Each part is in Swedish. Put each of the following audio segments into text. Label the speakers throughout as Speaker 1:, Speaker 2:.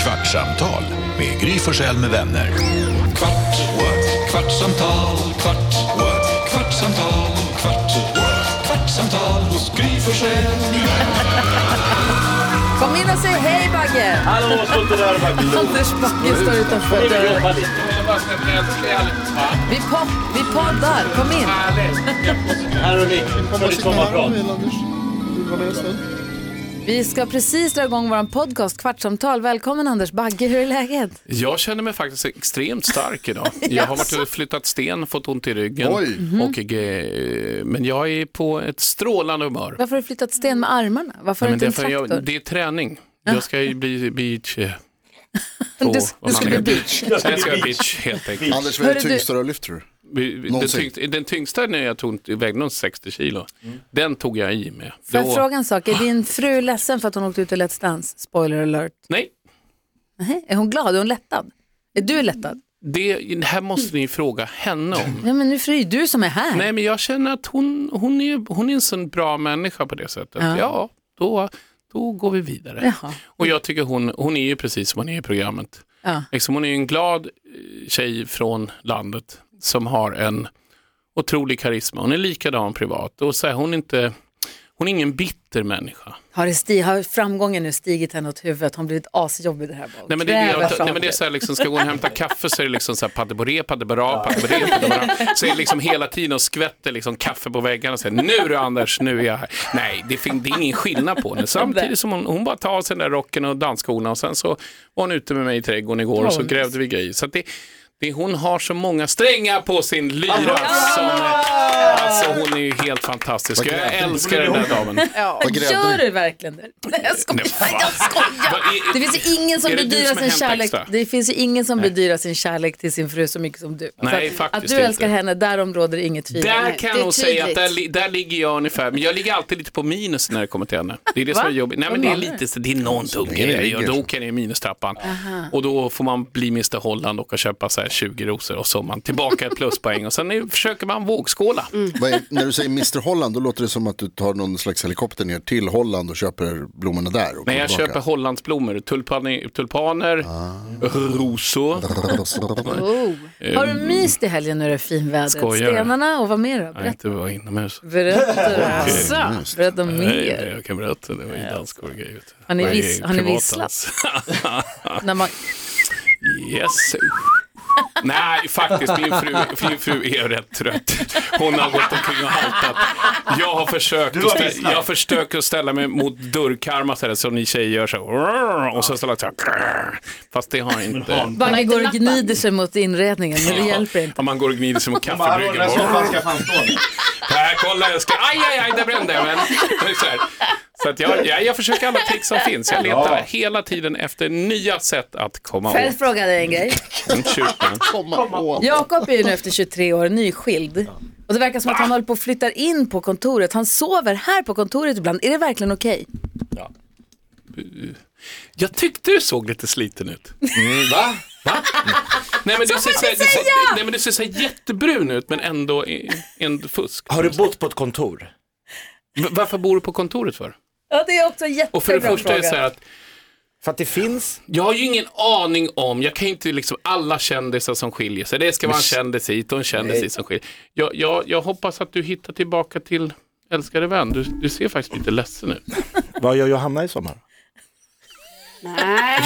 Speaker 1: Kvartsamtal med Gry Forssell med vänner. Kvart, what? kvartsamtal, kvart, what? kvartsamtal, kvart, what? kvartsamtal hos Gry Forssell med
Speaker 2: Kom in och säg hej Bagge!
Speaker 3: Hallå, stå inte där och bara glo.
Speaker 2: Anders Bagge står utanför
Speaker 3: Vi
Speaker 2: dörren.
Speaker 3: jobbar lite.
Speaker 2: Vi, pod vi poddar, kom in.
Speaker 3: Här har ni. Kommer ditt sommarprat.
Speaker 2: Vi ska precis dra igång vår podcast Kvartsamtal. Välkommen Anders Bagge, hur är läget?
Speaker 4: Jag känner mig faktiskt extremt stark idag. Jag har varit och flyttat sten, fått ont i ryggen.
Speaker 5: Oj.
Speaker 4: Och, eh, men jag är på ett strålande humör.
Speaker 2: Varför har du flyttat sten med armarna? Varför har
Speaker 4: Men
Speaker 2: du
Speaker 4: det, är
Speaker 2: inte
Speaker 4: för
Speaker 2: en
Speaker 4: jag,
Speaker 2: traktor?
Speaker 4: det är träning. Jag ska ju bli beach. eh,
Speaker 2: Du,
Speaker 4: på-
Speaker 2: du
Speaker 4: vad
Speaker 2: ska
Speaker 4: man
Speaker 2: bli
Speaker 4: heter.
Speaker 2: beach.
Speaker 4: Jag ska bli beach helt enkelt.
Speaker 5: Anders, vad är det
Speaker 2: Hörru,
Speaker 5: tyngsta du har lyft tror du?
Speaker 4: Vi- vi- Den,
Speaker 5: Någonsin.
Speaker 4: tyngst, den tyngsta när jag tog, vägde nog 60 kilo. Den tog jag i med.
Speaker 2: Får jag
Speaker 4: Då-
Speaker 2: fråga en sak? Är din fru ledsen för att hon åkte ut i Let's Dance? Spoiler alert.
Speaker 4: Nej,
Speaker 2: Nej, är hon glad? Är hon lättad? Är du lättad?
Speaker 4: det här måste ni fråga henne om.
Speaker 2: Ja, men nu är det ju du som är här.
Speaker 4: Nej, men jag känner att hon, hon, är, hon är en sån bra människa på det sättet.
Speaker 2: Ja.
Speaker 4: Ja, då, då går vi vidare.
Speaker 2: Jaha.
Speaker 4: Och jag tycker hon, hon är ju precis som hon är i programmet.
Speaker 2: Ja.
Speaker 4: Liksom, hon är ju en glad eh, tjej från landet som har en otrolig karisma. Hon är likadan privat. Och så här, hon, är inte, hon är ingen bitter människa.
Speaker 2: Har, det sti- har framgången nu stigit henne åt huvudet? Har hon blivit asjobbig det här? bara?
Speaker 4: Nej men det, är
Speaker 2: Kräver
Speaker 4: jag, nej, men det är så här, liksom, ska gå och hämta kaffe så är det liksom så här paddeboré, paddebara, paddeboré, paddebara. Så är det liksom hela tiden och skvätter liksom kaffe på väggarna och säger nu du Anders, nu är jag här. Nej, det, fin- det är ingen skillnad på henne. Samtidigt som hon, hon bara tar av sig den där rocken och dansskorna och sen så var hon ute med mig i trädgården igår och så grävde vi grejer. Så att det, det, hon har så många strängar på sin lyra som... Alltså hon är ju helt fantastisk. Jag älskar den där damen.
Speaker 2: Ja,
Speaker 5: Vad grävde
Speaker 2: gör
Speaker 5: ni?
Speaker 2: du verkligen det? Nej, jag skojar,
Speaker 4: Nej, fan.
Speaker 2: jag
Speaker 4: Vad
Speaker 2: skojar.
Speaker 4: är-
Speaker 2: Det finns ju ingen som
Speaker 4: är det du
Speaker 2: bedyrar
Speaker 4: som
Speaker 2: sin
Speaker 4: har hämtat
Speaker 2: kärlek.
Speaker 4: extra?
Speaker 2: Det finns ju ingen som bedyrar sin kärlek till sin fru så mycket som du.
Speaker 4: Nej,
Speaker 2: Så att, att
Speaker 4: faktiskt
Speaker 2: du älskar
Speaker 4: inte.
Speaker 2: henne, därom råder inget tvivel.
Speaker 4: Där kan
Speaker 6: det är
Speaker 4: jag nog säga att
Speaker 6: tydligt.
Speaker 4: där, li- där ligger jag ungefär, men jag ligger alltid lite på minus när det kommer till henne. Det är det som är jobbigt. Nej men det är lite, så- det är någon dum
Speaker 5: Nej,
Speaker 4: grej
Speaker 5: ligger.
Speaker 4: och då åker jag ner i minustrappan. Och då får man bli Mr Holland och köpa så här 20 rosor och så är man tillbaka ett pluspoäng och sen är, försöker man vågskåla.
Speaker 2: Mm.
Speaker 5: Vad är, när du säger Mr Holland, då låter det som att du tar någon slags helikopter ner till Holland och köper blommorna där. Och kommer
Speaker 4: Nej jag
Speaker 5: tillbaka.
Speaker 4: köper Hollandsblommor, tulpaner, tulpaner rosor.
Speaker 2: Oh. Har du myst i helgen när det är finvädret?
Speaker 4: Mm. Skojar.
Speaker 2: Stenarna och vad mer då?
Speaker 4: Nej
Speaker 2: Berätta,
Speaker 4: inte vara inomhus.
Speaker 2: berätta,
Speaker 6: Alltså,
Speaker 2: berätta
Speaker 4: Nej,
Speaker 2: mer.
Speaker 4: det- jag kan berätta, det var ju dansgolvgrejer.
Speaker 2: Har ni
Speaker 4: Det var ju
Speaker 2: viss- har ni
Speaker 4: privat
Speaker 2: visslat?
Speaker 4: dans.
Speaker 2: När man,
Speaker 4: Yes. Nej, faktiskt. Min fru, min fru är rätt trött. Hon har gått omkring och haltat. Jag har försökt, att, stä- jag har försökt att ställa mig mot dörrkarmar så här, som ni tjejer gör. Så här, och så ställer jag så här. Fast det har jag inte.
Speaker 2: Bagge går och gnider sig mot inredningen, men det hjälper inte.
Speaker 4: Om man går och gnider sig mot
Speaker 3: Hallå, den här
Speaker 4: kaffebryggen.
Speaker 3: soffan ska fan stå.
Speaker 4: Här, kolla, jag ska... Aj, aj, aj, där brände jag men. Så, här. så att jag, jag, jag försöker alla trick som finns. Jag letar
Speaker 3: Ja.
Speaker 4: hela tiden efter nya sätt att komma
Speaker 2: Får jag
Speaker 4: åt.
Speaker 2: fråga dig en grej?
Speaker 4: Shoot, man.
Speaker 5: Komma åt.
Speaker 2: Jakob är ju nu efter 23 år nyskild. Och det verkar som
Speaker 4: Ah!
Speaker 2: att han håller på att flytta in på kontoret. Han sover här på kontoret ibland. Är det verkligen okej?
Speaker 4: Jag tyckte du såg lite sliten ut.
Speaker 5: Mm, Va?
Speaker 4: Nej men, du ser, så här, du ser, nej men du ser så här jättebrun ut men ändå en fusk.
Speaker 7: Har du bott på ett kontor?
Speaker 4: V- Varför bor du på kontoret för?
Speaker 2: Ja, det är också en jättebra
Speaker 4: Och för det första är det
Speaker 2: fråga.
Speaker 4: så här att
Speaker 7: För att det finns.
Speaker 4: jag har ju ingen aning om, jag kan ju inte liksom alla kändisar som skiljer sig. Det ska vara en kändis hit och en kändis hit som skiljer jag, jag, jag hoppas att du hittar tillbaka till älskade vän. Du, du ser faktiskt lite ledsen ut.
Speaker 7: Vad gör Johanna i sommar?
Speaker 4: Ja,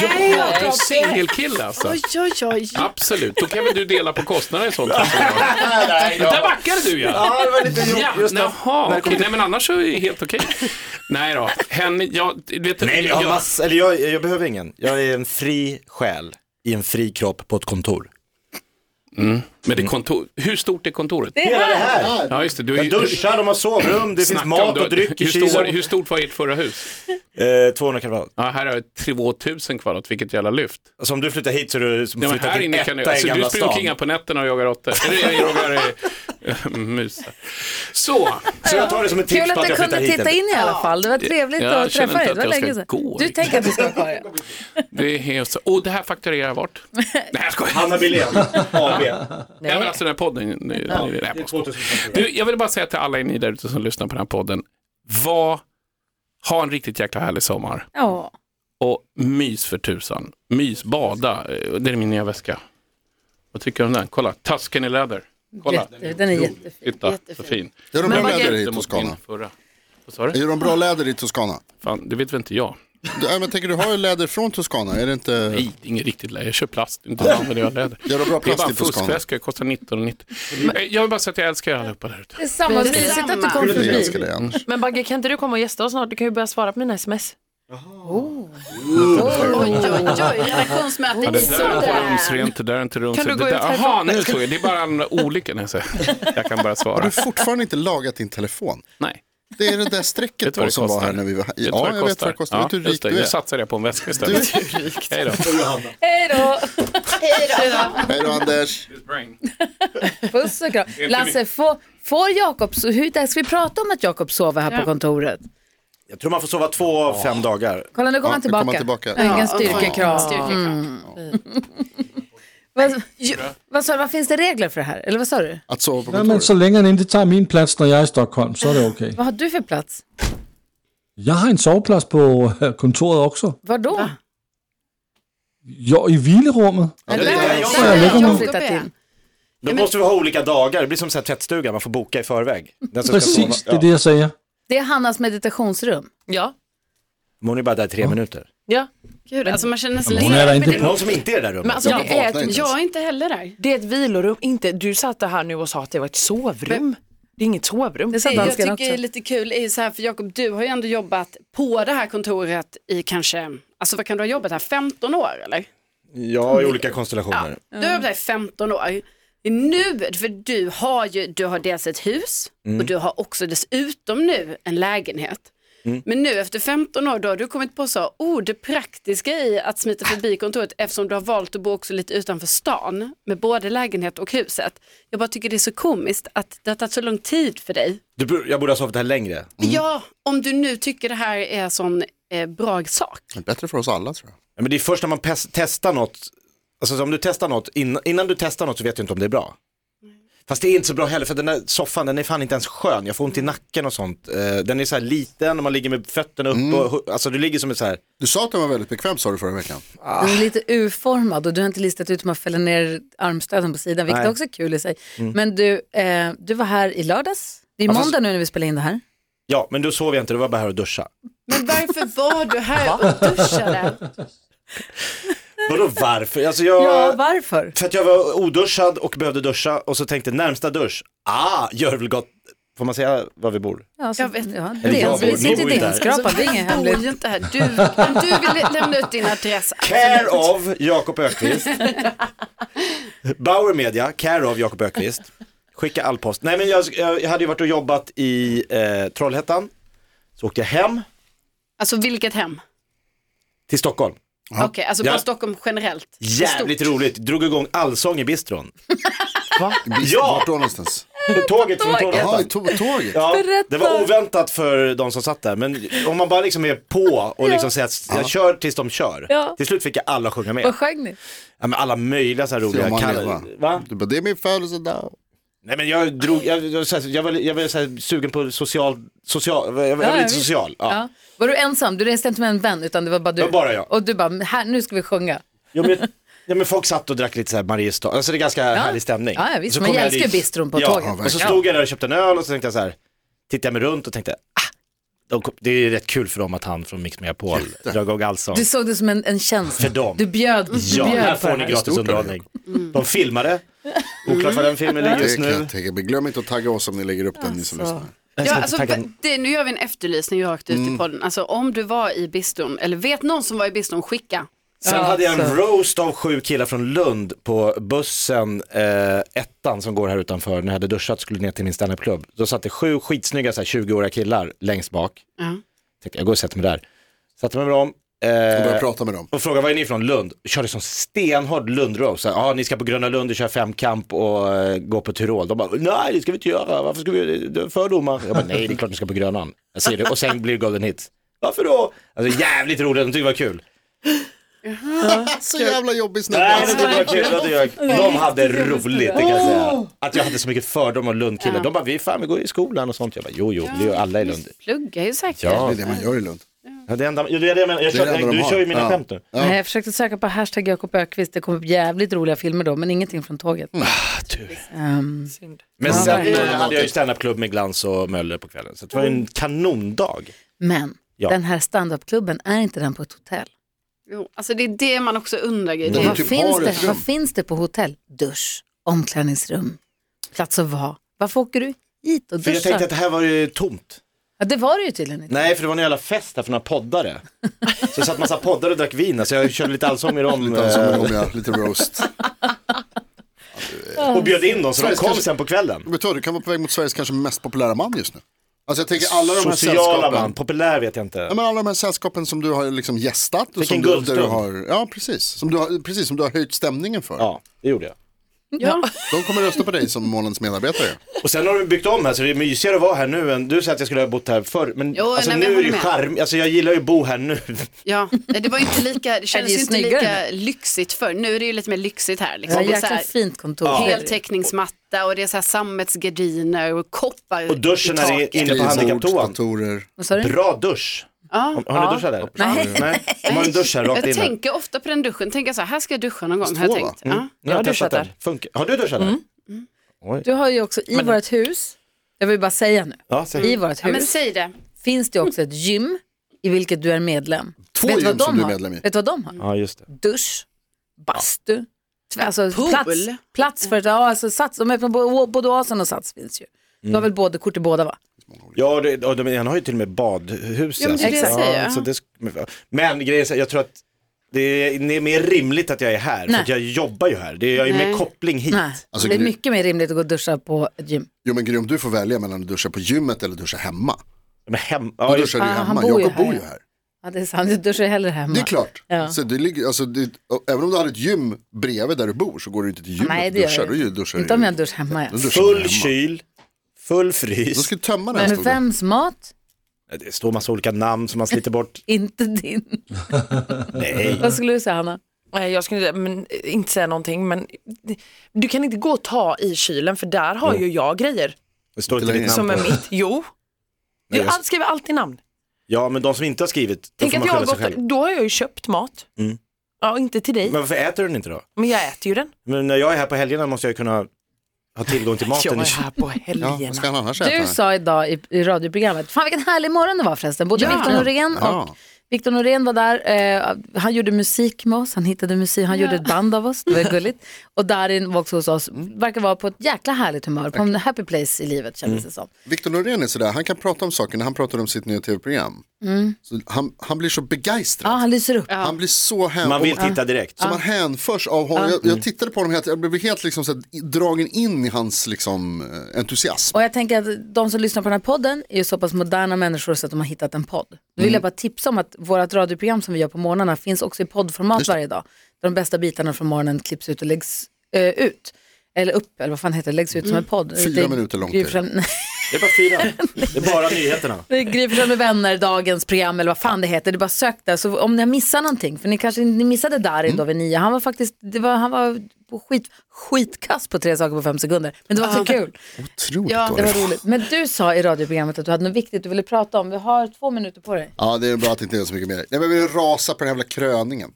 Speaker 4: du är singelkille alltså.
Speaker 6: Oj, oj, oj.
Speaker 4: Absolut, då kan väl du dela på kostnaderna i sånt. Där backade du ja.
Speaker 7: Ja, det var lite
Speaker 4: Ja, jaha, okej. Nej men annars så är det helt okej. Nej då, hen, jag, vet du,
Speaker 7: Nej, jag, har
Speaker 4: jag,
Speaker 7: mass, eller jag, jag behöver ingen. Jag är en fri själ i en fri kropp på ett kontor.
Speaker 4: men det är kontor, hur stort är kontoret?
Speaker 2: Det är här.
Speaker 4: Ja just det, du är
Speaker 7: Jag
Speaker 4: ju-
Speaker 7: duschar, de har sovrum, det
Speaker 4: snacka
Speaker 7: finns
Speaker 4: om
Speaker 7: mat
Speaker 4: dörr.
Speaker 7: och dryck i
Speaker 4: hur, stor,
Speaker 7: kylen.
Speaker 4: hur stort var ert förra hus?
Speaker 7: Eh, 200 kvadrat.
Speaker 4: Ja, här har jag 2000 kvadrat, vilket jävla lyft.
Speaker 7: Alltså om du flyttar hit så är du som
Speaker 4: Ja, men
Speaker 7: flyttar
Speaker 4: här
Speaker 7: till
Speaker 4: inne kan du,
Speaker 7: etta i
Speaker 4: alltså, du
Speaker 7: Gamla
Speaker 4: springer
Speaker 7: stan.
Speaker 4: omkring här på nätterna och jagar råttor. Eller jag jagar eh, mus. Så,
Speaker 7: Så jag tar det som ett tips
Speaker 2: Kul att
Speaker 7: på att
Speaker 2: du
Speaker 7: jag flyttar
Speaker 2: kunde
Speaker 7: hit.
Speaker 2: titta in i alla fall. Det var trevligt
Speaker 4: jag
Speaker 2: att
Speaker 4: känner
Speaker 2: träffa dig. Det
Speaker 4: inte
Speaker 2: var
Speaker 4: att jag
Speaker 2: länge
Speaker 4: ska
Speaker 2: sedan.
Speaker 4: gå
Speaker 2: Du
Speaker 4: riktigt.
Speaker 2: tänker att vi ska vara kvar, ja.
Speaker 4: det är helt så. Och det här fakturerar jag bort. Nej jag skojar.
Speaker 7: Hanna Billén, AB.
Speaker 4: Nej. men alltså den här podden. Nu, nu, det här på
Speaker 3: 2000.
Speaker 4: Du, jag vill bara säga till alla er ni där ute som lyssnar på den här podden. Var, ha en riktigt jäkla härlig sommar.
Speaker 2: Ja.
Speaker 4: Och mys för tusan. Mys, bada. Eh, Det är min nya väska. Vad tycker du om den? Kolla, tasken i läder. Kolla,
Speaker 2: Jätte, den är jättefin.
Speaker 4: titta, så fin.
Speaker 5: Gör de
Speaker 2: Men
Speaker 5: bra
Speaker 2: vad
Speaker 5: läder
Speaker 2: hjälpte
Speaker 5: i
Speaker 4: Det måste min
Speaker 5: Toscana? Eh.
Speaker 4: förra. Vad sa du?
Speaker 5: Gör de bra läder i Toscana?
Speaker 4: Fan, det vet väl inte jag.
Speaker 5: Du, äh, men jag tänker, du har ju läder från Toscana, är det inte?
Speaker 4: Nej, det är inget riktigt läder. Jag kör plast. Inte fan vad det har läder.
Speaker 5: Gör de bra
Speaker 4: Det är
Speaker 5: plast
Speaker 4: bara
Speaker 5: i
Speaker 4: en
Speaker 5: Toscana?
Speaker 4: fuskväska. Det kostar 19,90. Eh, Jag vill bara säga att jag älskar er allihopa där ute.
Speaker 2: Det är samma, vad mysigt att du kom
Speaker 5: Jag älskar
Speaker 2: förbi.
Speaker 5: det annars.
Speaker 6: Men Bagge, kan inte du komma och gästa oss snart? Du kan ju börja svara på mina sms.
Speaker 8: Oj, oj, oj, redaktionsmöte i
Speaker 4: Det där är inte
Speaker 8: solen.
Speaker 4: rumsrent, det där är inte rumsrent.
Speaker 6: Kan du
Speaker 4: det
Speaker 6: gå
Speaker 4: där,
Speaker 6: ut härifrån?
Speaker 4: aha, nu såg jag. Det är bara en olycka. Nej, så. Jag kan bara
Speaker 5: Har
Speaker 4: svara.
Speaker 5: du fortfarande inte lagat din telefon?
Speaker 4: Nej.
Speaker 5: Det är det där
Speaker 4: Vet
Speaker 5: strecket
Speaker 4: du vad
Speaker 5: på
Speaker 4: det
Speaker 5: som var
Speaker 4: kostar?
Speaker 5: här när vi var här.
Speaker 4: Vet du vad
Speaker 5: Ja, jag vet vad det kostar.
Speaker 4: Ja,
Speaker 5: vet du hur
Speaker 4: just
Speaker 5: rik
Speaker 4: det.
Speaker 5: du
Speaker 4: Nu
Speaker 5: är?
Speaker 4: satsar jag på en väska istället. Hej då.
Speaker 2: Hej då!
Speaker 5: Hej då Anders.
Speaker 2: Puss och kram. Lasse, får, får Jakob, so- hur där ska vi prata om att Jakob sover här på kontoret?
Speaker 7: Jag tror man får sova två av fem dagar.
Speaker 2: Kolla, nu kommer
Speaker 5: Ja,
Speaker 2: han
Speaker 5: nu kommer
Speaker 2: tillbaka.
Speaker 5: han tillbaka.
Speaker 2: Ja, Vilken styrkekram.
Speaker 8: Ja, Styrkekram.
Speaker 2: Vad, ju- vad sa du, vad finns det regler för det här? Eller vad sa du?
Speaker 5: Att sova på
Speaker 9: Ja, men
Speaker 5: kontoret.
Speaker 9: så länge han inte tar min plats när jag är i Stockholm så är det okej.
Speaker 2: Vad har du för plats?
Speaker 9: Jag har en sovplats på eh, kontoret också.
Speaker 2: Var då?
Speaker 9: Ja, i vilorummet.
Speaker 5: Ja, det
Speaker 2: Där
Speaker 5: är-
Speaker 2: där
Speaker 9: jag
Speaker 2: har
Speaker 9: lägger
Speaker 2: jag
Speaker 9: mig.
Speaker 2: flyttat
Speaker 8: Jakob är.
Speaker 2: in.
Speaker 7: Då måste vi ha olika dagar, det blir som så här tvättstuga, man får boka i förväg. Den som ska
Speaker 9: Precis, det
Speaker 7: sova.
Speaker 9: är det jag säger.
Speaker 2: Det är Hannas meditationsrum.
Speaker 6: Ja.
Speaker 7: Men Hon är bara där i tre minuter.
Speaker 6: Ja.
Speaker 8: Gud, alltså man känner sig
Speaker 9: Hon är där
Speaker 8: ledig.
Speaker 7: Är
Speaker 9: inte
Speaker 7: det
Speaker 9: på.
Speaker 7: någon som inte är i det där rummet?
Speaker 6: Men alltså,
Speaker 9: Ja.
Speaker 6: det, är
Speaker 5: vaknar
Speaker 6: ett,
Speaker 5: inte.
Speaker 8: Jag är inte heller där.
Speaker 6: det är ett vilorum. Inte, du satt här nu och sa att det var ett sovrum. Det är inget sovrum.
Speaker 2: Det sa
Speaker 8: Jag
Speaker 2: dansken
Speaker 8: tycker
Speaker 2: också.
Speaker 8: det är lite kul är ju så här, för Jakob, du har ju ändå jobbat på det här kontoret i kanske, alltså vad kan du ha jobbat här, 15 år eller?
Speaker 7: Ja, i olika konstellationer.
Speaker 8: Du har jobbat här i 15 år. Nu, för du har ju, du har dels ett hus och du har också dessutom nu en lägenhet. Men nu efter 15 år då har du kommit på så, oh det praktiska i att smita förbi kontoret eftersom du har valt att bo också lite utanför stan med både lägenhet och huset. Jag bara tycker det är så komiskt att det har tagit så lång tid för dig.
Speaker 7: Du, bor- jag borde ha sovit här längre.
Speaker 8: Ja, om du nu tycker det här är en sån eh, bra sak.
Speaker 5: Bättre för oss alla tror jag.
Speaker 7: Ja, Men det är först när man pes- testar något, alltså så om du testar något, innan, innan du testar något så vet du inte om det är bra. Fast det är inte så bra heller för den där soffan den är fan inte ens skön, jag får ont i nacken och sånt. Eh, Den är så här liten och man ligger med fötterna upp och, hu- alltså du ligger som ett så här,
Speaker 5: Du sa att den var väldigt bekväm sa du förra veckan.
Speaker 7: Ah.
Speaker 2: Den är lite U-formad och du har inte listat ut hur man fäller ner armstöden på sidan, vilket
Speaker 7: Nej. Mm.
Speaker 2: också är kul i sig. Men du, eh, du var här i lördags. Det är
Speaker 7: fast-
Speaker 2: måndag nu när vi spelar in det här.
Speaker 7: ja men då sov jag inte, det var bara här och duscha.
Speaker 8: Men varför var du här och duschade?
Speaker 7: Vadå varför? Alltså jag,
Speaker 2: Ja, varför?
Speaker 7: för att jag var oduschad och behövde duscha och så tänkte närmsta dusch, ah, gör väl gott. Får man säga var vi bor?
Speaker 2: Ja, så,
Speaker 8: Jag vet.
Speaker 2: Ja,
Speaker 7: Eller jag
Speaker 2: det,
Speaker 7: bor-
Speaker 2: Alltså, vi sitter
Speaker 7: bor ju
Speaker 2: i
Speaker 7: där.
Speaker 2: din skrapa, det är inget
Speaker 8: Du Alltså, bor
Speaker 2: hemligt.
Speaker 8: ju inte här. Du, om du vill lämna ut din adress.
Speaker 7: Care of Jakob Ökvist. Bauer Media, Care of Jakob Ökvist. Skicka all post. Nej men jag, jag hade ju varit och jobbat i eh, Trollhättan. Så åkte jag hem
Speaker 8: Alltså vilket hem?
Speaker 7: till Stockholm.
Speaker 8: Okej, alltså bara
Speaker 7: Ja.
Speaker 8: Stockholm generellt. I
Speaker 7: Jävligt
Speaker 8: stort.
Speaker 7: roligt, drog igång allsång i bistron.
Speaker 5: Vart
Speaker 7: Ja,
Speaker 5: då någonstans?
Speaker 7: tåget från
Speaker 5: Jaha, i
Speaker 7: Trollhättan.
Speaker 5: to- tåget?
Speaker 7: Ja, det var oväntat för de som satt där, men om man bara liksom är på och liksom säger att jag kör tills de kör.
Speaker 2: Ja.
Speaker 7: Till slut fick jag alla sjunga med.
Speaker 2: Vad sjöng ni?
Speaker 7: Ja, men alla möjliga så här
Speaker 5: Se
Speaker 7: roliga.
Speaker 5: om man
Speaker 7: Kalle-
Speaker 5: lever.
Speaker 7: Va?
Speaker 5: Du bara, det är min födelsedag.
Speaker 7: Nej men jag drog, jag, jag, jag, jag var, jag var så här, sugen på social, social, jag, var- jag var
Speaker 2: Ja, ja,
Speaker 7: lite
Speaker 2: visst.
Speaker 7: social. Ja.
Speaker 2: Ja. Var du ensam? Du reste inte med en vän utan det var bara du?
Speaker 7: Det var bara jag.
Speaker 2: Och du bara, "Men här, nu ska vi sjunga.
Speaker 7: Ja, men, ja men folk satt och drack lite så här Mariestad, alltså det är ganska härlig stämning.
Speaker 2: Ja, ja, visst.
Speaker 7: Så
Speaker 2: Man
Speaker 7: kom jag
Speaker 2: älskar ju
Speaker 7: dit.
Speaker 2: bistron på
Speaker 7: ja,
Speaker 2: tåget.
Speaker 7: Och så stod jag där och köpte en öl och så tänkte jag så här, tittade jag mig runt och tänkte, ah, de kom, det är rätt kul för dem att han från Mix Megapol drar igång allsång.
Speaker 2: Du såg det som en, en tjänst.
Speaker 7: För dem.
Speaker 2: Du bjöd, du
Speaker 7: Ja, här
Speaker 2: bjöd på
Speaker 7: får
Speaker 2: det
Speaker 7: ni
Speaker 2: här.
Speaker 7: gratis underhållning. De filmade, oklart var den filmen ligger
Speaker 5: Det
Speaker 7: just
Speaker 5: kan jag
Speaker 7: nu.
Speaker 5: tänka mig. Glöm inte att tagga oss om ni lägger upp den ni som lyssnar.
Speaker 8: Ja, alltså, det, nu gör vi en efterlysning rakt ut
Speaker 7: Mm.
Speaker 8: i podden. Alltså om du var i bistron, eller vet någon som var i bistron, skicka.
Speaker 7: Sen
Speaker 2: Ja,
Speaker 7: hade jag en
Speaker 2: så.
Speaker 7: roast av sju killar från Lund på bussen, eh, ettan som går här utanför, när jag hade duschat och skulle ner till min standupklubb. Då satt det sju skitsnygga så här 20-åriga killar längst bak.
Speaker 8: Ja.
Speaker 7: Tänkte, jag går och sätter mig där. Satte mig med dem
Speaker 5: Och börja
Speaker 7: eh,
Speaker 5: prata med dem.
Speaker 7: och frågade, var är ni från Lund? Körde som stenhård Lund-roast. Ja, ah, ni ska på Gröna Lund och köra femkamp och eh, gå på Tyrol. De bara, nej det ska vi inte göra, varför ska vi, det är fördomar. Jag bara, nej det är klart ni ska på Grönan. Jag säger det, och sen blir det golden hit. Varför då? Alltså jävligt roligt, de tyckte det var kul.
Speaker 5: Så jävla jobbig
Speaker 7: Nej, det
Speaker 5: snubbe.
Speaker 7: var kul att jag. De hade roligt, det kan jag säga. Att jag hade så mycket fördomar om Lundkillar. De bara, vi, fan, vi går i skolan och sånt. Jag bara, jo, jo, det gör alla i Lund.
Speaker 8: Plugga ju säkert.
Speaker 5: Det är det man gör i Lund.
Speaker 7: Ja, det enda, ja, det är det jag menar. Jag
Speaker 5: Det är det
Speaker 7: kör,
Speaker 5: enda de
Speaker 7: du
Speaker 5: har.
Speaker 7: kör ju mina
Speaker 5: Ja.
Speaker 7: skämt nu.
Speaker 5: Ja.
Speaker 2: Nej, jag försökte söka på hashtag Jakob Ökvist. det kom upp jävligt roliga filmer då, men ingenting från tåget.
Speaker 5: Ah,
Speaker 2: Ehm,
Speaker 6: Synd.
Speaker 2: Ja,
Speaker 7: Men sen eh,
Speaker 2: verkligen.
Speaker 7: hade jag ju standupklubb med Glans och Möller på kvällen. Så det var ju en kanondag.
Speaker 2: men
Speaker 7: Ja.
Speaker 2: den här standupklubben, är inte den på ett hotell?
Speaker 8: Jo, alltså det är det man också undrar. grejer.
Speaker 5: De
Speaker 7: Mm.
Speaker 8: Det
Speaker 5: har
Speaker 8: är,
Speaker 2: Vad,
Speaker 5: typ
Speaker 2: finns
Speaker 5: har ett
Speaker 2: det,
Speaker 5: rum.
Speaker 2: vad finns det på hotell? Dusch, omklädningsrum, plats att vara. Varför åker du hit och
Speaker 7: För jag
Speaker 2: duschar?
Speaker 7: tänkte att det här var ju tomt.
Speaker 2: Ja, det var det ju tydligen inte.
Speaker 7: Nej, för det var en jävla fest här för några poddare. Så det satt massa poddare och drack vin. Så jag körde lite allsånger om
Speaker 5: Lite allsånger
Speaker 7: eh,
Speaker 5: om jag, lite roast.
Speaker 7: eh, och bjöd in dem. Så de
Speaker 5: Sveriges
Speaker 7: kom
Speaker 5: kanske-
Speaker 7: sen på kvällen.
Speaker 5: Vet du, vad, du kan vara på väg mot Sveriges kanske mest populära man just nu. Alltså jag tänker alla de här
Speaker 7: Sociala
Speaker 5: sällskapen.
Speaker 7: man, populär vet jag
Speaker 5: Ja,
Speaker 7: inte.
Speaker 5: men alla de här sällskapen som du har liksom gästat. Och som
Speaker 7: Vilken
Speaker 5: du, där du
Speaker 7: guldstund.
Speaker 5: har, Ja, precis. Som du har, precis, som du har höjt stämningen för.
Speaker 7: Ja, det gjorde jag.
Speaker 8: ja.
Speaker 5: De kommer rösta på dig som månadens medarbetare.
Speaker 7: Och sen har de byggt om här så det är mysigare att vara här nu än, du sa att jag skulle ha bott här förr, men
Speaker 8: Jo,
Speaker 7: alltså,
Speaker 8: nej, men
Speaker 7: nu
Speaker 8: jag
Speaker 7: är det ju
Speaker 8: håller med.
Speaker 7: charm, alltså jag gillar ju att bo här nu.
Speaker 8: ja. Nej, det var ju inte lika, det kändes
Speaker 2: ju
Speaker 8: ju inte
Speaker 2: snyggare
Speaker 8: lika lyxigt förr. Nu är det ju lite mer lyxigt här.
Speaker 2: Det var
Speaker 8: Liksom. Och så
Speaker 2: jäkla
Speaker 8: här
Speaker 2: fint kontor.
Speaker 8: heltäckningsmatta och det är så här sammetsgardiner och koppar
Speaker 7: Och duschen
Speaker 8: i
Speaker 7: är
Speaker 8: taket.
Speaker 7: inne på
Speaker 5: Skrivbordsdatorer.
Speaker 7: handikapptoan.
Speaker 5: datorer.
Speaker 2: Vad sa du?
Speaker 7: Bra dusch.
Speaker 8: Ja.
Speaker 7: Har ni duschat där? Nej. De har en dusch här rakt
Speaker 8: Jag
Speaker 7: in. här.
Speaker 8: tänker ofta på den duschen, tänker så här, här ska jag duscha någon gång. Har Mm.
Speaker 5: Två,
Speaker 8: jag
Speaker 5: va?
Speaker 8: tänkt. Ja.
Speaker 7: Jag har
Speaker 6: Jag har
Speaker 7: testat
Speaker 6: duschat
Speaker 7: den. Funkar. Har du duschat där?
Speaker 2: Du har ju också i vårt hus, jag vill bara säga nu,
Speaker 7: Ja, säg.
Speaker 5: Mm.
Speaker 2: i vårt hus
Speaker 8: Ja, men säg det.
Speaker 2: finns det också ett gym i vilket du är medlem.
Speaker 5: Två
Speaker 2: Vet du vad
Speaker 5: gym
Speaker 2: de
Speaker 5: som du är
Speaker 2: har?
Speaker 5: medlem i.
Speaker 2: Vet du vad de har?
Speaker 7: ja just det.
Speaker 2: dusch, bastu, tv- alltså
Speaker 8: Pool.
Speaker 2: plats, plats för ett, ja alltså sats, de öppnar bo- både Oasen och Sats finns ju. Du
Speaker 5: Mm.
Speaker 2: har väl både kort i båda va?
Speaker 7: Ja, det, och de, han har ju till och med badhus.
Speaker 8: Ja, men det är det jag säger.
Speaker 7: så det, men grejen är, så här, jag tror att det är, det är mer rimligt att jag är här,
Speaker 2: Nej.
Speaker 7: för att jag jobbar ju här. Det, jag har ju mer
Speaker 8: Nej.
Speaker 7: koppling hit.
Speaker 2: Nej,
Speaker 5: Alltså,
Speaker 2: det är
Speaker 5: gre-
Speaker 2: mycket mer rimligt att gå och duscha på ett gym.
Speaker 5: Jo men Gry, om du får välja mellan att duscha på gymmet eller duscha hemma.
Speaker 7: Men hem,
Speaker 5: Då
Speaker 7: ja, just,
Speaker 5: duschar du
Speaker 2: Ah,
Speaker 5: ju
Speaker 2: han
Speaker 5: hemma.
Speaker 2: bor ju
Speaker 5: Jakob
Speaker 2: här,
Speaker 5: bor ju
Speaker 2: ja.
Speaker 5: här.
Speaker 2: Ja, det är sant, du duschar ju hellre hemma.
Speaker 5: Det är klart.
Speaker 2: Ja.
Speaker 5: Så det ligger, alltså, det, och även om du har ett gym bredvid där du bor så går du inte till gymmet
Speaker 2: Nej,
Speaker 5: och
Speaker 2: det gör
Speaker 5: duschar.
Speaker 2: jag
Speaker 5: Du ju duschar
Speaker 2: Inte om
Speaker 5: ju-
Speaker 2: jag duschar hemma. Ja.
Speaker 5: då duschar du
Speaker 7: full
Speaker 5: hemma.
Speaker 7: kyl, full
Speaker 5: Då
Speaker 7: frys.
Speaker 5: ska du tömma den här
Speaker 2: Men
Speaker 5: stolen.
Speaker 2: vems mat?
Speaker 7: Det står massa olika namn som man sliter bort.
Speaker 2: Inte din.
Speaker 7: Nej.
Speaker 2: Vad skulle du säga Hanna?
Speaker 6: Nej, jag skulle men, eh, inte säga någonting, men eh, du kan inte gå och ta i kylen för där har ju jag grejer
Speaker 7: Det står inte
Speaker 5: Inte
Speaker 7: mitt
Speaker 5: längre.
Speaker 7: namn
Speaker 6: som är
Speaker 7: på.
Speaker 6: mitt. Jo,
Speaker 7: Nej,
Speaker 6: du
Speaker 7: jag-
Speaker 6: all, skriver alltid namn.
Speaker 7: Ja, men de som inte har skrivit, då
Speaker 6: Tänk
Speaker 7: får
Speaker 6: att
Speaker 7: man
Speaker 6: jag har
Speaker 7: skylla sig
Speaker 6: gått,
Speaker 7: själv. Mm.
Speaker 6: då har jag ju köpt mat. Ja, inte till dig,
Speaker 7: Men varför äter du den inte då?
Speaker 6: men jag äter ju den.
Speaker 7: Men när jag är här på helgerna måste jag ju kunna ha tillgång till
Speaker 6: Jag
Speaker 7: maten. i
Speaker 6: är här på helgerna.
Speaker 5: Ja, vad ska han annars äta?
Speaker 2: Du
Speaker 5: här?
Speaker 2: sa idag i, i radioprogrammet, fan vilken härlig morgon det var förresten, både Victor Norén och
Speaker 5: Ja.
Speaker 2: Victor Norén var där, eh, han gjorde musik med oss, han hittade musik, han gjorde ett band av oss, det var gulligt. Och Darin var också hos oss, verkar vara på ett jäkla härligt humör, på en happy place i livet
Speaker 5: Mm.
Speaker 2: kändes det som.
Speaker 5: Victor Norén är sådär, han kan prata om saker när han pratar om sitt nya tv-program. Så han, han blir så begeistrad.
Speaker 2: Mm. Ja, han lyser upp.
Speaker 5: Han blir så hän...
Speaker 7: Man vill titta direkt.
Speaker 5: Så man hänförs av honom. Jag, jag tittade på honom, helt, jag blev helt liksom så här, i- dragen in i hans liksom, eh, entusiasm.
Speaker 2: Och jag tänker att de som lyssnar på den här podden är ju så pass moderna människor så att de har hittat en podd. Då vill
Speaker 5: Mm.
Speaker 2: jag bara tipsa om att vårt radioprogram som vi gör på morgnarna finns också i poddformat varje dag. Där de bästa bitarna från morgonen klipps ut och läggs eh, ut. Eller upp, eller vad fan heter det, läggs ut som en podd.
Speaker 5: Mm. Fyra
Speaker 2: Det är
Speaker 5: minuter långt
Speaker 2: Gry
Speaker 5: är det.
Speaker 2: Forssell-
Speaker 7: Det är bara fyra. Det är bara nyheterna.
Speaker 2: Det är Gry Forssell med vänner, dagens program eller vad fan det heter. Det är bara sök där. Så om ni har missat någonting, för ni kanske ni missade Darin
Speaker 8: Mm.
Speaker 2: då vid nio. Han var faktiskt, det var, han var på skit, skitkast på tre saker på fem sekunder. Men det var
Speaker 8: Ah,
Speaker 2: så kul.
Speaker 5: Otroligt
Speaker 8: Ja,
Speaker 2: Det
Speaker 5: dåligt.
Speaker 2: var roligt. Men du sa i radioprogrammet att du hade något viktigt du ville prata om. Vi har två minuter på dig.
Speaker 5: Ja, det är bra att det inte är så mycket mer. Nej, men vi rasa på den här jävla kröningen.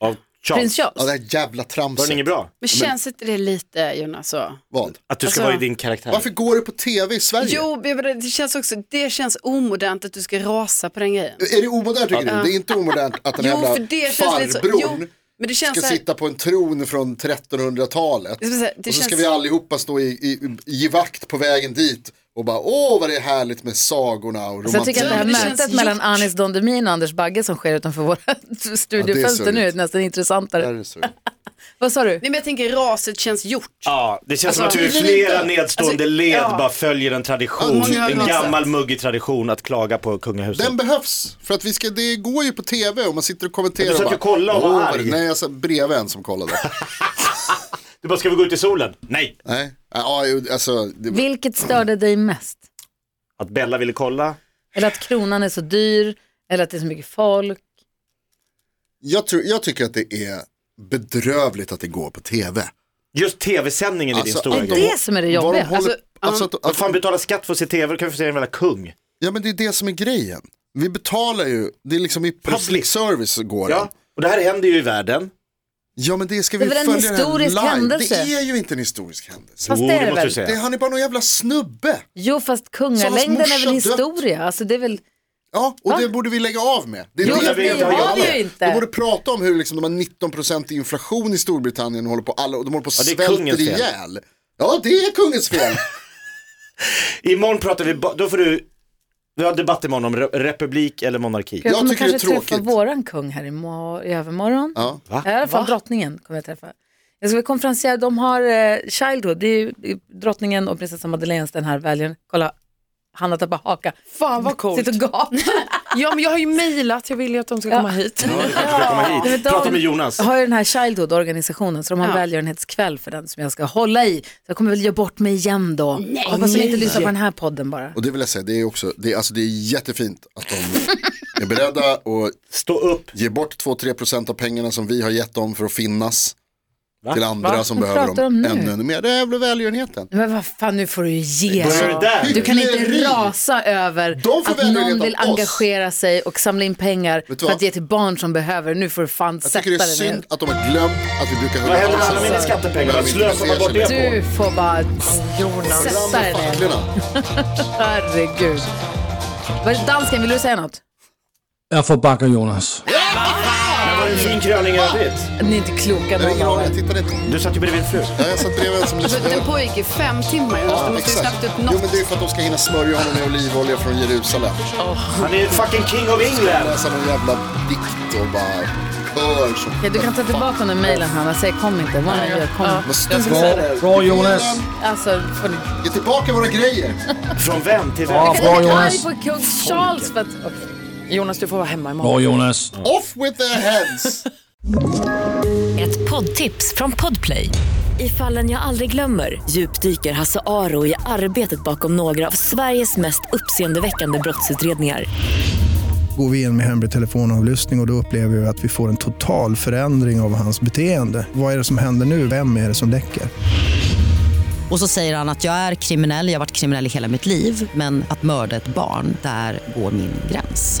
Speaker 7: Av
Speaker 2: Prins
Speaker 7: Charles.
Speaker 5: Ja, det
Speaker 2: Charles.
Speaker 5: här jävla
Speaker 7: Var den
Speaker 5: tramset.
Speaker 7: inget bra?
Speaker 8: Men känns inte det lite Jonas? Så?
Speaker 5: Vad?
Speaker 7: Att du ska
Speaker 8: Alltså-
Speaker 7: vara i din karaktär.
Speaker 5: Varför går det på tv i Sverige?
Speaker 8: Jo, men jag menar, det känns också, det känns omodernt att du ska rasa på den grejen.
Speaker 5: Är det omodernt tycker du? Det är inte omodernt att den här
Speaker 8: Jo,
Speaker 5: jävla
Speaker 8: för det känns lite så. Jo,
Speaker 5: farbrorn
Speaker 8: men det känns
Speaker 5: ska
Speaker 8: så här,
Speaker 5: sitta på en tron från 1300-talet.
Speaker 8: Det är så här,
Speaker 5: Och
Speaker 8: det
Speaker 5: så ska
Speaker 8: känns-
Speaker 5: vi allihopa stå i, i, i ge vakt på vägen dit och bara åh vad det är härligt med sagorna och
Speaker 8: Alltså,
Speaker 2: Så jag tycker att det här
Speaker 8: men det
Speaker 5: romantiken.
Speaker 8: känns
Speaker 2: mötet mellan
Speaker 8: gjort.
Speaker 2: Anis Don Demin och Anders Bagge som sker utanför våra studiofönster nu är
Speaker 5: sorgligt.
Speaker 2: nästan intressantare.
Speaker 5: Där är det så.
Speaker 2: Vad sa du?
Speaker 8: nej, men jag tänker raset känns gjort.
Speaker 7: Ja, det känns
Speaker 8: Alltså,
Speaker 7: som att
Speaker 8: det är
Speaker 7: vi flera
Speaker 8: lite-
Speaker 7: nedstående
Speaker 8: alltså,
Speaker 7: led
Speaker 8: ja.
Speaker 7: bara följer en tradition.
Speaker 8: Ja,
Speaker 7: en
Speaker 8: något
Speaker 7: gammal
Speaker 8: sätt.
Speaker 7: muggig tradition att klaga på kungahuset.
Speaker 5: Den behövs, för att vi ska, det går ju på tv och man sitter och kommenterar.
Speaker 7: Men du satt ju och kollade och var
Speaker 5: "Åh, vad
Speaker 7: arg."
Speaker 5: det-" Nej, jag satt bredvid en som kollade.
Speaker 7: Du bara, ska vi gå ut i solen? Nej.
Speaker 5: Nej, ja, ju, alltså, det,
Speaker 2: Vilket störde dig mest?
Speaker 7: Att Bella ville kolla.
Speaker 2: Eller att kronan är så dyr? Eller att det är så mycket folk?
Speaker 5: jag, tror, jag tycker att det är bedrövligt att det går på tv.
Speaker 7: Just tv-sändningen är din
Speaker 5: Alltså,
Speaker 7: stora
Speaker 5: att de-
Speaker 7: grej.
Speaker 2: Det som är det
Speaker 5: Vad de
Speaker 2: jobbiga.
Speaker 5: håller, alltså, att,
Speaker 7: Vad
Speaker 5: att,
Speaker 7: fan betalar skatt för att se tv? Då kan vi få se en jävla kung.
Speaker 5: ja, men det är det som är grejen. Vi betalar ju, det är liksom i public
Speaker 7: slipper.
Speaker 5: service går den.
Speaker 7: Ja, och det här händer ju i världen.
Speaker 5: Ja men det ska
Speaker 2: Det
Speaker 5: vi
Speaker 2: är väl en
Speaker 5: följa det här
Speaker 2: historisk
Speaker 5: live.
Speaker 2: händelse?
Speaker 5: Det är ju inte en historisk händelse.
Speaker 2: Fast det är det väl.
Speaker 5: Det, han är bara någon jävla snubbe.
Speaker 2: Jo, fast
Speaker 5: Så hans
Speaker 2: kungalängden
Speaker 5: morsa
Speaker 2: är väl
Speaker 5: dött?
Speaker 2: historia? Alltså det är väl...
Speaker 5: Ja, och det borde vi lägga av med. Det är
Speaker 2: Jo,
Speaker 5: det
Speaker 2: fast
Speaker 5: vi
Speaker 2: det
Speaker 5: inte
Speaker 2: har
Speaker 5: jobbar
Speaker 2: vi
Speaker 5: med.
Speaker 2: ju inte.
Speaker 5: Vi borde prata om hur liksom, de har 19% i inflation i Storbritannien och håller på, alla, och de håller på och
Speaker 7: Ja, det är
Speaker 5: svälter
Speaker 7: kungens fel.
Speaker 5: ihjäl. Ja, det är kungens fel.
Speaker 7: Imorgon pratar vi, ba- då får du, vi har debatt imorgon om re- republik eller monarki.
Speaker 5: Jag
Speaker 2: Jag kommer
Speaker 5: tycker det är
Speaker 2: kanske träffa
Speaker 5: tråkigt.
Speaker 2: våran kung här i, mor- i övermorgon.
Speaker 5: Ja.
Speaker 2: I alla fall drottningen kommer jag träffa. Jag ska vara konferencier, de har eh, Childhood, det är ju eh, drottningen och prinsessa Madeleines den här välgören. Kolla, Hanna tappar haka.
Speaker 6: Fan vad coolt.
Speaker 2: Sitter och gapar.
Speaker 6: Ja men jag har ju mejlat, jag vill ju att de ska komma hit.
Speaker 7: Ja, du kanske ska komma
Speaker 2: Nej, men
Speaker 7: hit.
Speaker 2: de-
Speaker 7: Prata med Jonas.
Speaker 2: Jag har ju den här Childhood-organisationen så de har
Speaker 8: Ja.
Speaker 2: välgörenhetskväll för den som jag ska hålla i. Så jag kommer väl göra bort mig igen då. Nej. Hoppas de inte lyssnar på den här podden bara.
Speaker 5: Och det vill jag säga, det är också, det är, alltså, det är jättefint att de är beredda och
Speaker 7: Stå upp.
Speaker 5: ge bort 2-3% av pengarna som vi har gett dem för att finnas.
Speaker 7: Va?
Speaker 5: Till andra
Speaker 7: Va?
Speaker 5: som
Speaker 2: Vad
Speaker 5: behöver
Speaker 2: pratar
Speaker 5: dem
Speaker 2: de nu?
Speaker 5: ännu, ännu mer. Det är väl välgörenheten.
Speaker 2: Men vad fan, nu får du ju ge
Speaker 7: Börjar
Speaker 2: dig.
Speaker 7: du där?
Speaker 2: Du kan inte
Speaker 5: Hyckleri.
Speaker 2: rasa över
Speaker 5: De får
Speaker 2: att
Speaker 5: välja
Speaker 2: någon
Speaker 5: enligt
Speaker 2: vill
Speaker 5: oss.
Speaker 2: engagera sig och samla in pengar
Speaker 5: du
Speaker 2: för
Speaker 5: vad?
Speaker 2: att ge till barn som behöver. Nu får du fan
Speaker 5: Jag
Speaker 2: sätta
Speaker 5: tycker det är
Speaker 2: dig
Speaker 5: synd
Speaker 2: ner.
Speaker 5: att de har glömt att vi brukar höra
Speaker 7: Vad händer med
Speaker 5: av
Speaker 7: alla
Speaker 5: oss.
Speaker 7: mina skattepengar? Vad slösar man bort det på?
Speaker 2: Du får bara
Speaker 5: Fram
Speaker 2: sätta dig
Speaker 5: med
Speaker 2: ner.
Speaker 5: facklorna.
Speaker 2: Herregud. Vad är det, Dansken, vill du säga något?
Speaker 9: Jeg forbakker Jonas.
Speaker 7: Men var det en fin kröning i övrigt?
Speaker 2: Ni är inte kloka
Speaker 5: Jag har
Speaker 2: någon
Speaker 5: ingen
Speaker 2: av
Speaker 5: aning,
Speaker 2: er.
Speaker 5: jag tittade inte.
Speaker 7: Du satt ju bredvid en fru.
Speaker 5: Ja, Jag satt bredvid en som lyssnade.
Speaker 8: Den pågick i fem timmar, Jonas. du måste ju
Speaker 5: exakt.
Speaker 8: snabbt upp
Speaker 5: Jo men
Speaker 8: något.
Speaker 5: det är för att de ska hinna smörja honom med olivolja från Jerusalem.
Speaker 7: Han är fucking king of England.
Speaker 5: Läsa någon jävla dikt och bara kör som...
Speaker 2: Ja, du kan ta tillbaka den där mejlen, Hanna. Säg kom inte. Vad ni gör, kom.
Speaker 5: Men stuva
Speaker 9: Bra, bra Jonas.
Speaker 2: Alltså, får ni...
Speaker 5: Ge tillbaka våra grejer!
Speaker 7: Från vem till vem?
Speaker 9: Ja,
Speaker 2: Kan
Speaker 9: bra
Speaker 2: du bli arg
Speaker 9: Jonas.
Speaker 2: på kung Charles för att... Okej.
Speaker 6: Jonas du får vara hemma imorgon.
Speaker 9: Bra Jonas.
Speaker 5: Off with their heads!
Speaker 10: Ett poddtips från Podplay. I fallen jag aldrig glömmer djupdyker Hasse Aro i arbetet bakom några av Sveriges mest uppseendeväckande brottsutredningar.
Speaker 11: Går vi in med hemlig telefonavlyssning och, och då upplever vi att vi får en total förändring av hans beteende. Vad är det som händer nu? Vem är det som läcker?
Speaker 10: Och så säger han att jag är kriminell, jag har varit kriminell i hela mitt liv men att mörda ett barn, där går min gräns.